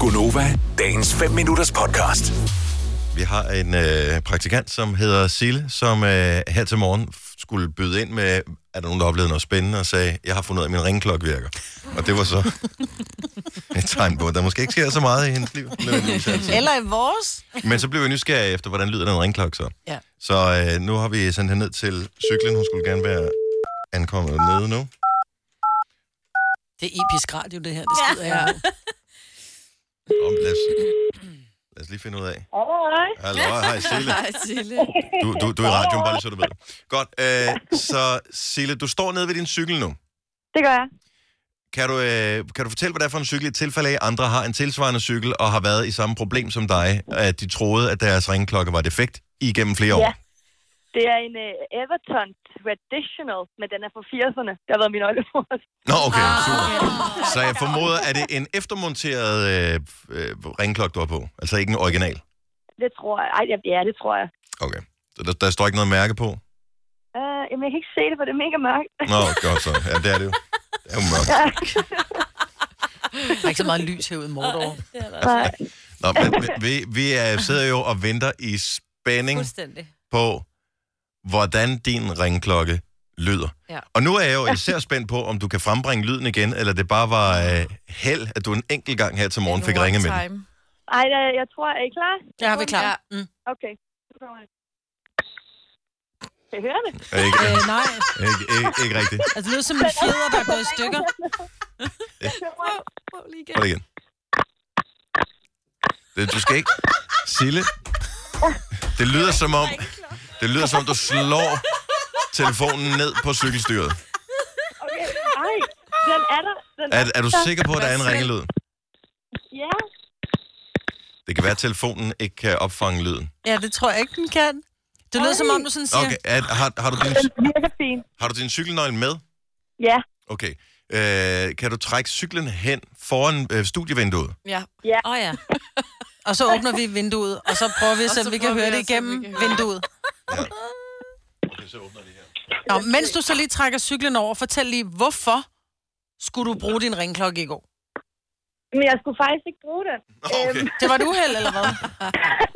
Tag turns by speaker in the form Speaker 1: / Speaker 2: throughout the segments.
Speaker 1: Gunova, dagens 5 minutters podcast.
Speaker 2: Vi har en øh, praktikant, som hedder Sille, som øh, her til morgen f- skulle byde ind med, er der nogen, der oplevede noget spændende, og sagde, jeg har fundet ud af, at min ringklokke virker. Og det var så et tegn på, at der måske ikke sker så meget i hendes liv. nødvendigvis altid.
Speaker 3: Eller i vores.
Speaker 2: Men så blev jeg nysgerrig efter, hvordan lyder den ringklokke så?
Speaker 3: Ja.
Speaker 2: Så øh, nu har vi sendt hende ned til cyklen. Hun skulle gerne være ankommet nede nu.
Speaker 4: Det er episk radio, det her. Det skider ja. jeg.
Speaker 2: Om, lad, os, lad os lige finde ud af.
Speaker 5: Hej.
Speaker 2: Hallo, hej Sille.
Speaker 6: Hej, Sille.
Speaker 2: Du, du, du er i radioen, bare lige så du ved. det. Godt, øh, så Sille, du står nede ved din cykel nu.
Speaker 5: Det gør jeg.
Speaker 2: Kan du, øh, kan du fortælle, hvad det er for en cykel i et tilfælde af, at andre har en tilsvarende cykel og har været i samme problem som dig, at de troede, at deres ringklokke var defekt igennem flere år?
Speaker 5: Ja. Det er en uh, Everton Traditional, men den er fra 80'erne. Det har været min oldefors.
Speaker 2: Nå, okay, super. Så jeg formoder, er det en eftermonteret øh, øh, ringklokke, du har på? Altså ikke en original?
Speaker 5: Det tror jeg. Ej, ja, ja, det tror jeg.
Speaker 2: Okay. Så der, der står ikke noget mærke på?
Speaker 5: Uh, jamen, jeg kan ikke se det, for det er mega mørkt.
Speaker 2: Nå, godt så. Ja, det er det jo. Det er jo mørkt.
Speaker 4: Der er ikke så meget lys herude i Mordor.
Speaker 5: Nej.
Speaker 2: Nå, men, men vi, vi er, sidder jo og venter i spænding
Speaker 6: Fuldstændig.
Speaker 2: på, hvordan din ringklokke lyder.
Speaker 6: Ja.
Speaker 2: Og nu er jeg jo især spændt på, om du kan frembringe lyden igen, eller det bare var øh, held, at du en enkelt gang her til morgen fik ringe med den.
Speaker 5: Ej, da, jeg tror, er I klar?
Speaker 4: Ja, vi er klar. Mm.
Speaker 5: Okay. Nu kommer jeg. Kan I høre det?
Speaker 2: Ikke,
Speaker 4: Øh, nej,
Speaker 2: ikke, ikke, ikke rigtigt.
Speaker 4: altså det lyder som en fjeder, der er gået i stykker.
Speaker 6: Prøv lige igen.
Speaker 2: Prøv det igen. Det, du skal ikke... Sille, det lyder som om... Det lyder som om, du slår telefonen ned på cykelstyret.
Speaker 5: Okay. Ej, den er der. Den
Speaker 2: Er, er du sikker på, at der er en ringelyd?
Speaker 5: Ja.
Speaker 2: Det kan være, at telefonen ikke kan opfange lyden.
Speaker 4: Ja, det tror jeg ikke, den kan. Det lyder som om, du sådan siger,
Speaker 2: Okay,
Speaker 4: okay.
Speaker 2: er, har, har, du din,
Speaker 5: Den virker fint.
Speaker 2: har du din cykelnøgle med?
Speaker 5: Ja.
Speaker 2: Okay. Øh, kan du trække cyklen hen foran øh, studievinduet?
Speaker 6: Ja.
Speaker 5: Ja.
Speaker 6: Åh oh, ja.
Speaker 4: og så åbner vi vinduet, og så prøver vi,
Speaker 6: Og
Speaker 4: så,
Speaker 6: så
Speaker 4: vi kan
Speaker 6: prøver
Speaker 4: høre
Speaker 6: vi,
Speaker 4: det
Speaker 6: og så vi
Speaker 4: igennem
Speaker 6: kan høre
Speaker 4: vinduet.
Speaker 2: Okay, så åbner det her.
Speaker 4: Nå, mens du så lige trækker cyklen over, fortæl lige, hvorfor skulle du bruge din ringklokke i går?
Speaker 5: Men jeg skulle faktisk ikke bruge den.
Speaker 2: Okay.
Speaker 5: Øhm,
Speaker 4: Det var et uheld, eller hvad?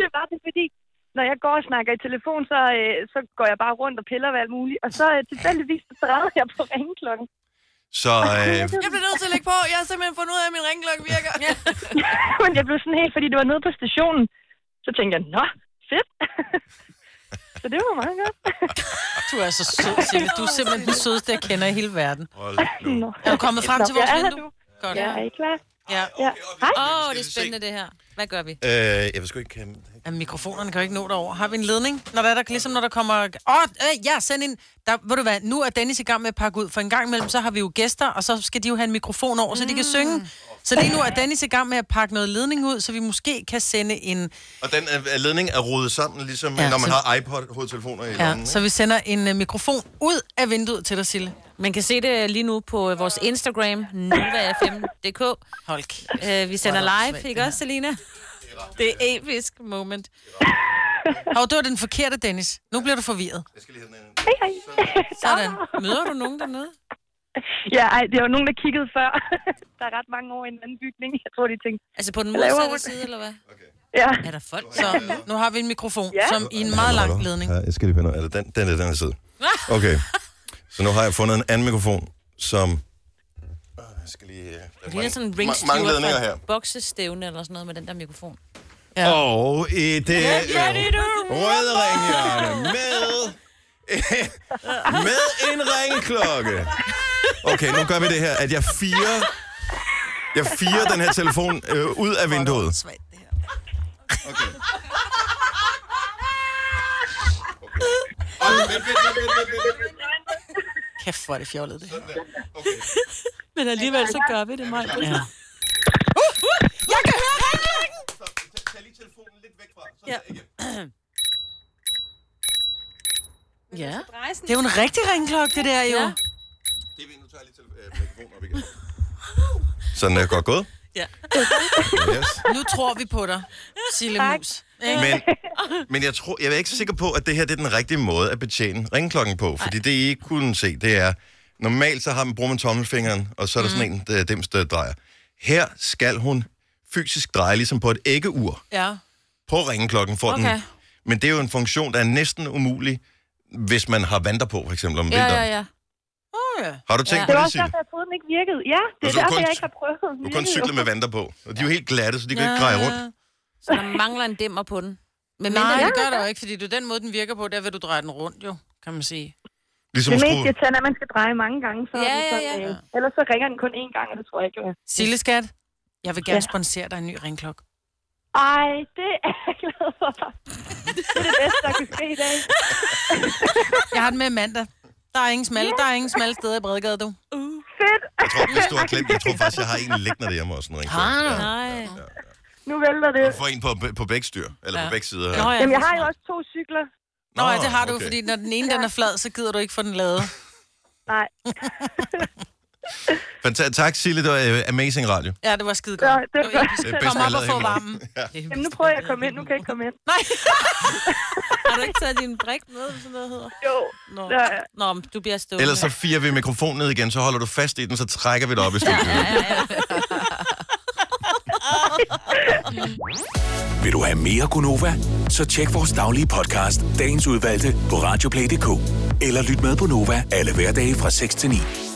Speaker 5: det var det, fordi når jeg går og snakker i telefon, så, øh, så går jeg bare rundt og piller ved alt muligt. Og så øh, tilfældigvis så drejer jeg på ringklokken.
Speaker 2: Så øh,
Speaker 6: Jeg bliver nødt til at lægge på. Jeg har simpelthen fundet ud af, at min ringklokke virker. Ja.
Speaker 5: Men jeg blev sådan helt, fordi det var nede på stationen. Så tænkte jeg, nå, fedt. så det var meget godt.
Speaker 4: Du er så sød, Sille. Du er simpelthen den sødeste, jeg kender i hele verden.
Speaker 2: hold
Speaker 5: Nå.
Speaker 2: nu.
Speaker 4: Er du kommet frem
Speaker 5: Nå,
Speaker 4: til vores
Speaker 5: jeg er her
Speaker 4: vindue?
Speaker 5: nu.
Speaker 4: Godt.
Speaker 5: Ja, er I klar?
Speaker 4: Ja.
Speaker 5: Ja. Hej.
Speaker 6: Åh, oh,
Speaker 2: Skal
Speaker 6: det
Speaker 2: vi
Speaker 6: er
Speaker 2: se?
Speaker 6: spændende det her. Hvad gør vi?
Speaker 2: Øh, jeg vil sgu ikke kende
Speaker 4: Jamen, mikrofonerne kan jo ikke nå derover. Har vi en ledning? Når der er der, ligesom når der kommer... Åh, oh, øh, ja, send en... Der, ved du hvad, nu er Dennis i gang med at pakke ud, for en gang imellem, så har vi jo gæster, og så skal de jo have en mikrofon over, så de
Speaker 5: Mm.
Speaker 4: kan synge. Så lige nu er Dennis i gang med at pakke noget ledning ud, så vi måske kan sende en...
Speaker 2: Og den øh, ledning er rodet sammen, ligesom ja,
Speaker 4: Ja,
Speaker 2: når man
Speaker 4: så-
Speaker 2: har iPod-hovedtelefoner i ja,
Speaker 4: Ja,
Speaker 2: lommen.
Speaker 4: Mm. så
Speaker 2: Så...
Speaker 4: vi sender en uh, mikrofon ud af vinduet til dig, Sille.
Speaker 6: Man kan se det lige nu på øh, vores Instagram, nova5.dk.
Speaker 4: Hold kæft.
Speaker 6: Øh, vi sender
Speaker 4: Hvor er det
Speaker 6: live,
Speaker 4: åndssvagt,
Speaker 6: ikke også, Selina? Det er episk moment.
Speaker 4: Hov, det var den forkerte, Dennis. Nu bliver du forvirret.
Speaker 2: Jeg skal lige have den ind.
Speaker 5: Hej, hej.
Speaker 4: Sådan.
Speaker 6: Møder du nogen dernede?
Speaker 5: Ja, ej, det var nogen, der kiggede før. der er ret mange år i en anden bygning. Jeg tror, de tænkte,
Speaker 6: Altså på den
Speaker 5: Jeg laver
Speaker 6: modsatte
Speaker 5: ondt.
Speaker 6: side, eller hvad?
Speaker 5: ja.
Speaker 6: Er der folk?
Speaker 4: Så nu har vi en mikrofon,
Speaker 5: Ja.
Speaker 4: som i en meget lang ledning.
Speaker 2: Ja, jeg skal lige finde ud af det. Den, den er den her side. Okay. Så nu har jeg fundet en anden mikrofon, som... Øh, Jeg skal lige... øh, der
Speaker 6: Det er sådan en
Speaker 2: mange,
Speaker 6: ringstyver
Speaker 2: mange ledninger her.
Speaker 6: fra boksestævne eller sådan noget med den der mikrofon.
Speaker 4: Ja.
Speaker 2: Og i det røde ringhjørne med, med en ringklokke. Okay, nu gør vi det her, at jeg firer, jeg firer den her telefon øh, ud af vinduet.
Speaker 4: Svagt, det her.
Speaker 2: Okay. Okay, vent, vent, vent, vent, vent, vent.
Speaker 4: Kæft, hvor er det fjollet, det her.
Speaker 2: Okay.
Speaker 6: Men alligevel så gør vi det, Maj.
Speaker 4: Ja. Uh, uh, jeg kan høre ringklokken!
Speaker 2: Stop. Tag- Tag lige telefonen lidt væk fra. Sådan der, ikke?
Speaker 4: Ja. Det er jo en rigtig ringklokke, det der jo.
Speaker 6: Ja.
Speaker 4: Ja.
Speaker 2: Det er vi, nu tager jeg lige tele- øh, mikrofonen op igen. Sådan er godt gået.
Speaker 6: Ja.
Speaker 2: Yes.
Speaker 4: Nu tror vi på dig, Sille Mus. Ikke?
Speaker 2: Men, men jeg, tror, jeg er ikke sikker på, at det her det er den rigtige måde at betjene ringklokken på. Fordi det, I ikke kunne se, det er...
Speaker 6: Mm.
Speaker 2: Normalt så har man, bruger man tommelfingeren, og så er der sådan en, der dimst, der drejer. Her skal hun fysisk dreje, ligesom på et æggeur.
Speaker 4: Ja.
Speaker 2: På ringeklokken får okay.
Speaker 6: Okay.
Speaker 2: den. Men det er jo en funktion, der er næsten umulig, hvis man har vanter på, for eksempel om
Speaker 6: Ja,
Speaker 2: vinteren.
Speaker 6: ja, ja.
Speaker 4: Oh, ja.
Speaker 2: Har du tænkt ja. på
Speaker 5: Det
Speaker 6: Ja.
Speaker 5: var
Speaker 2: det,
Speaker 5: også
Speaker 2: Signe?
Speaker 5: derfor, jeg troede, den ikke virkede. Ja, det
Speaker 2: Men
Speaker 5: er
Speaker 2: så du
Speaker 5: derfor,
Speaker 2: kun-
Speaker 5: jeg ikke har prøvet den.
Speaker 2: Du kan kun cykle med vanter på. Og de er jo helt glatte, så de kan ikke
Speaker 4: Ja.
Speaker 2: greje rundt.
Speaker 6: Så der mangler en dæmmer på den. Men
Speaker 4: Nej,
Speaker 6: mindre,
Speaker 4: Øh, det gør der jo ikke, fordi det er den måde, den virker på, der vil du dreje den rundt jo, kan man sige.
Speaker 2: Ligesom
Speaker 5: Det
Speaker 2: at
Speaker 5: mest
Speaker 2: skrue.
Speaker 5: irriterende er, at man skal dreje mange gange. Så
Speaker 6: Ja,
Speaker 5: er den
Speaker 6: ja,
Speaker 5: sådan,
Speaker 6: ja, ja.
Speaker 5: Øh, ellers så ringer den kun én gang, og det tror jeg ikke. jeg-
Speaker 4: Sille skat, jeg vil gerne
Speaker 5: Ja.
Speaker 4: sponsere dig en ny ringklokke.
Speaker 5: Ej, det er jeg glad for. Det er det bedste, der kan ske i dag.
Speaker 4: Jeg har den med mandag. Der er ingen smalle, der er ingen smalle steder i Bredegade, du.
Speaker 5: Fedt.
Speaker 2: Jeg tror, hvis du har glemt, jeg tror faktisk, jeg har en liggende derhjemme også. En ringklokke.
Speaker 4: Har du?
Speaker 6: Nej.
Speaker 5: Nu vælter det.
Speaker 2: Du får en på, på begge styr, eller ja.
Speaker 4: Ja.
Speaker 2: på begge sider.
Speaker 4: Nå,
Speaker 5: Jamen, jeg har jo også to cykler.
Speaker 4: Nå, ja, det har du, okay. fordi når den ene den er flad, så gider du ikke få den lavet.
Speaker 5: Nej,
Speaker 2: Fanta- tak, Sille. Det var øh, Amazing Radio.
Speaker 4: Ja, det var skide
Speaker 5: så
Speaker 4: godt.
Speaker 5: det
Speaker 4: Det
Speaker 5: var...
Speaker 4: var episk.
Speaker 2: Det er bedst,
Speaker 4: Kom
Speaker 2: jeg
Speaker 4: op og
Speaker 2: lavede
Speaker 4: få
Speaker 2: hele
Speaker 4: varmen.
Speaker 5: Jamen, nu prøver jeg at komme ind. Nu kan jeg ikke komme ind.
Speaker 4: Nej,
Speaker 6: Har du ikke taget din brik med, eller sådan noget hedder?
Speaker 5: Jo.
Speaker 6: Nå,
Speaker 5: Ja, ja.
Speaker 6: Nå men du bliver stående.
Speaker 2: Ellers så firer vi mikrofonen ned igen, så holder du fast i den, så trækker vi det op i studiet.
Speaker 1: Vil du have mere Gunova? Så tjek vores daglige podcast, dagens udvalgte, på radioplay.dk. Eller lyt med på Nova alle hverdage fra 6 til 9.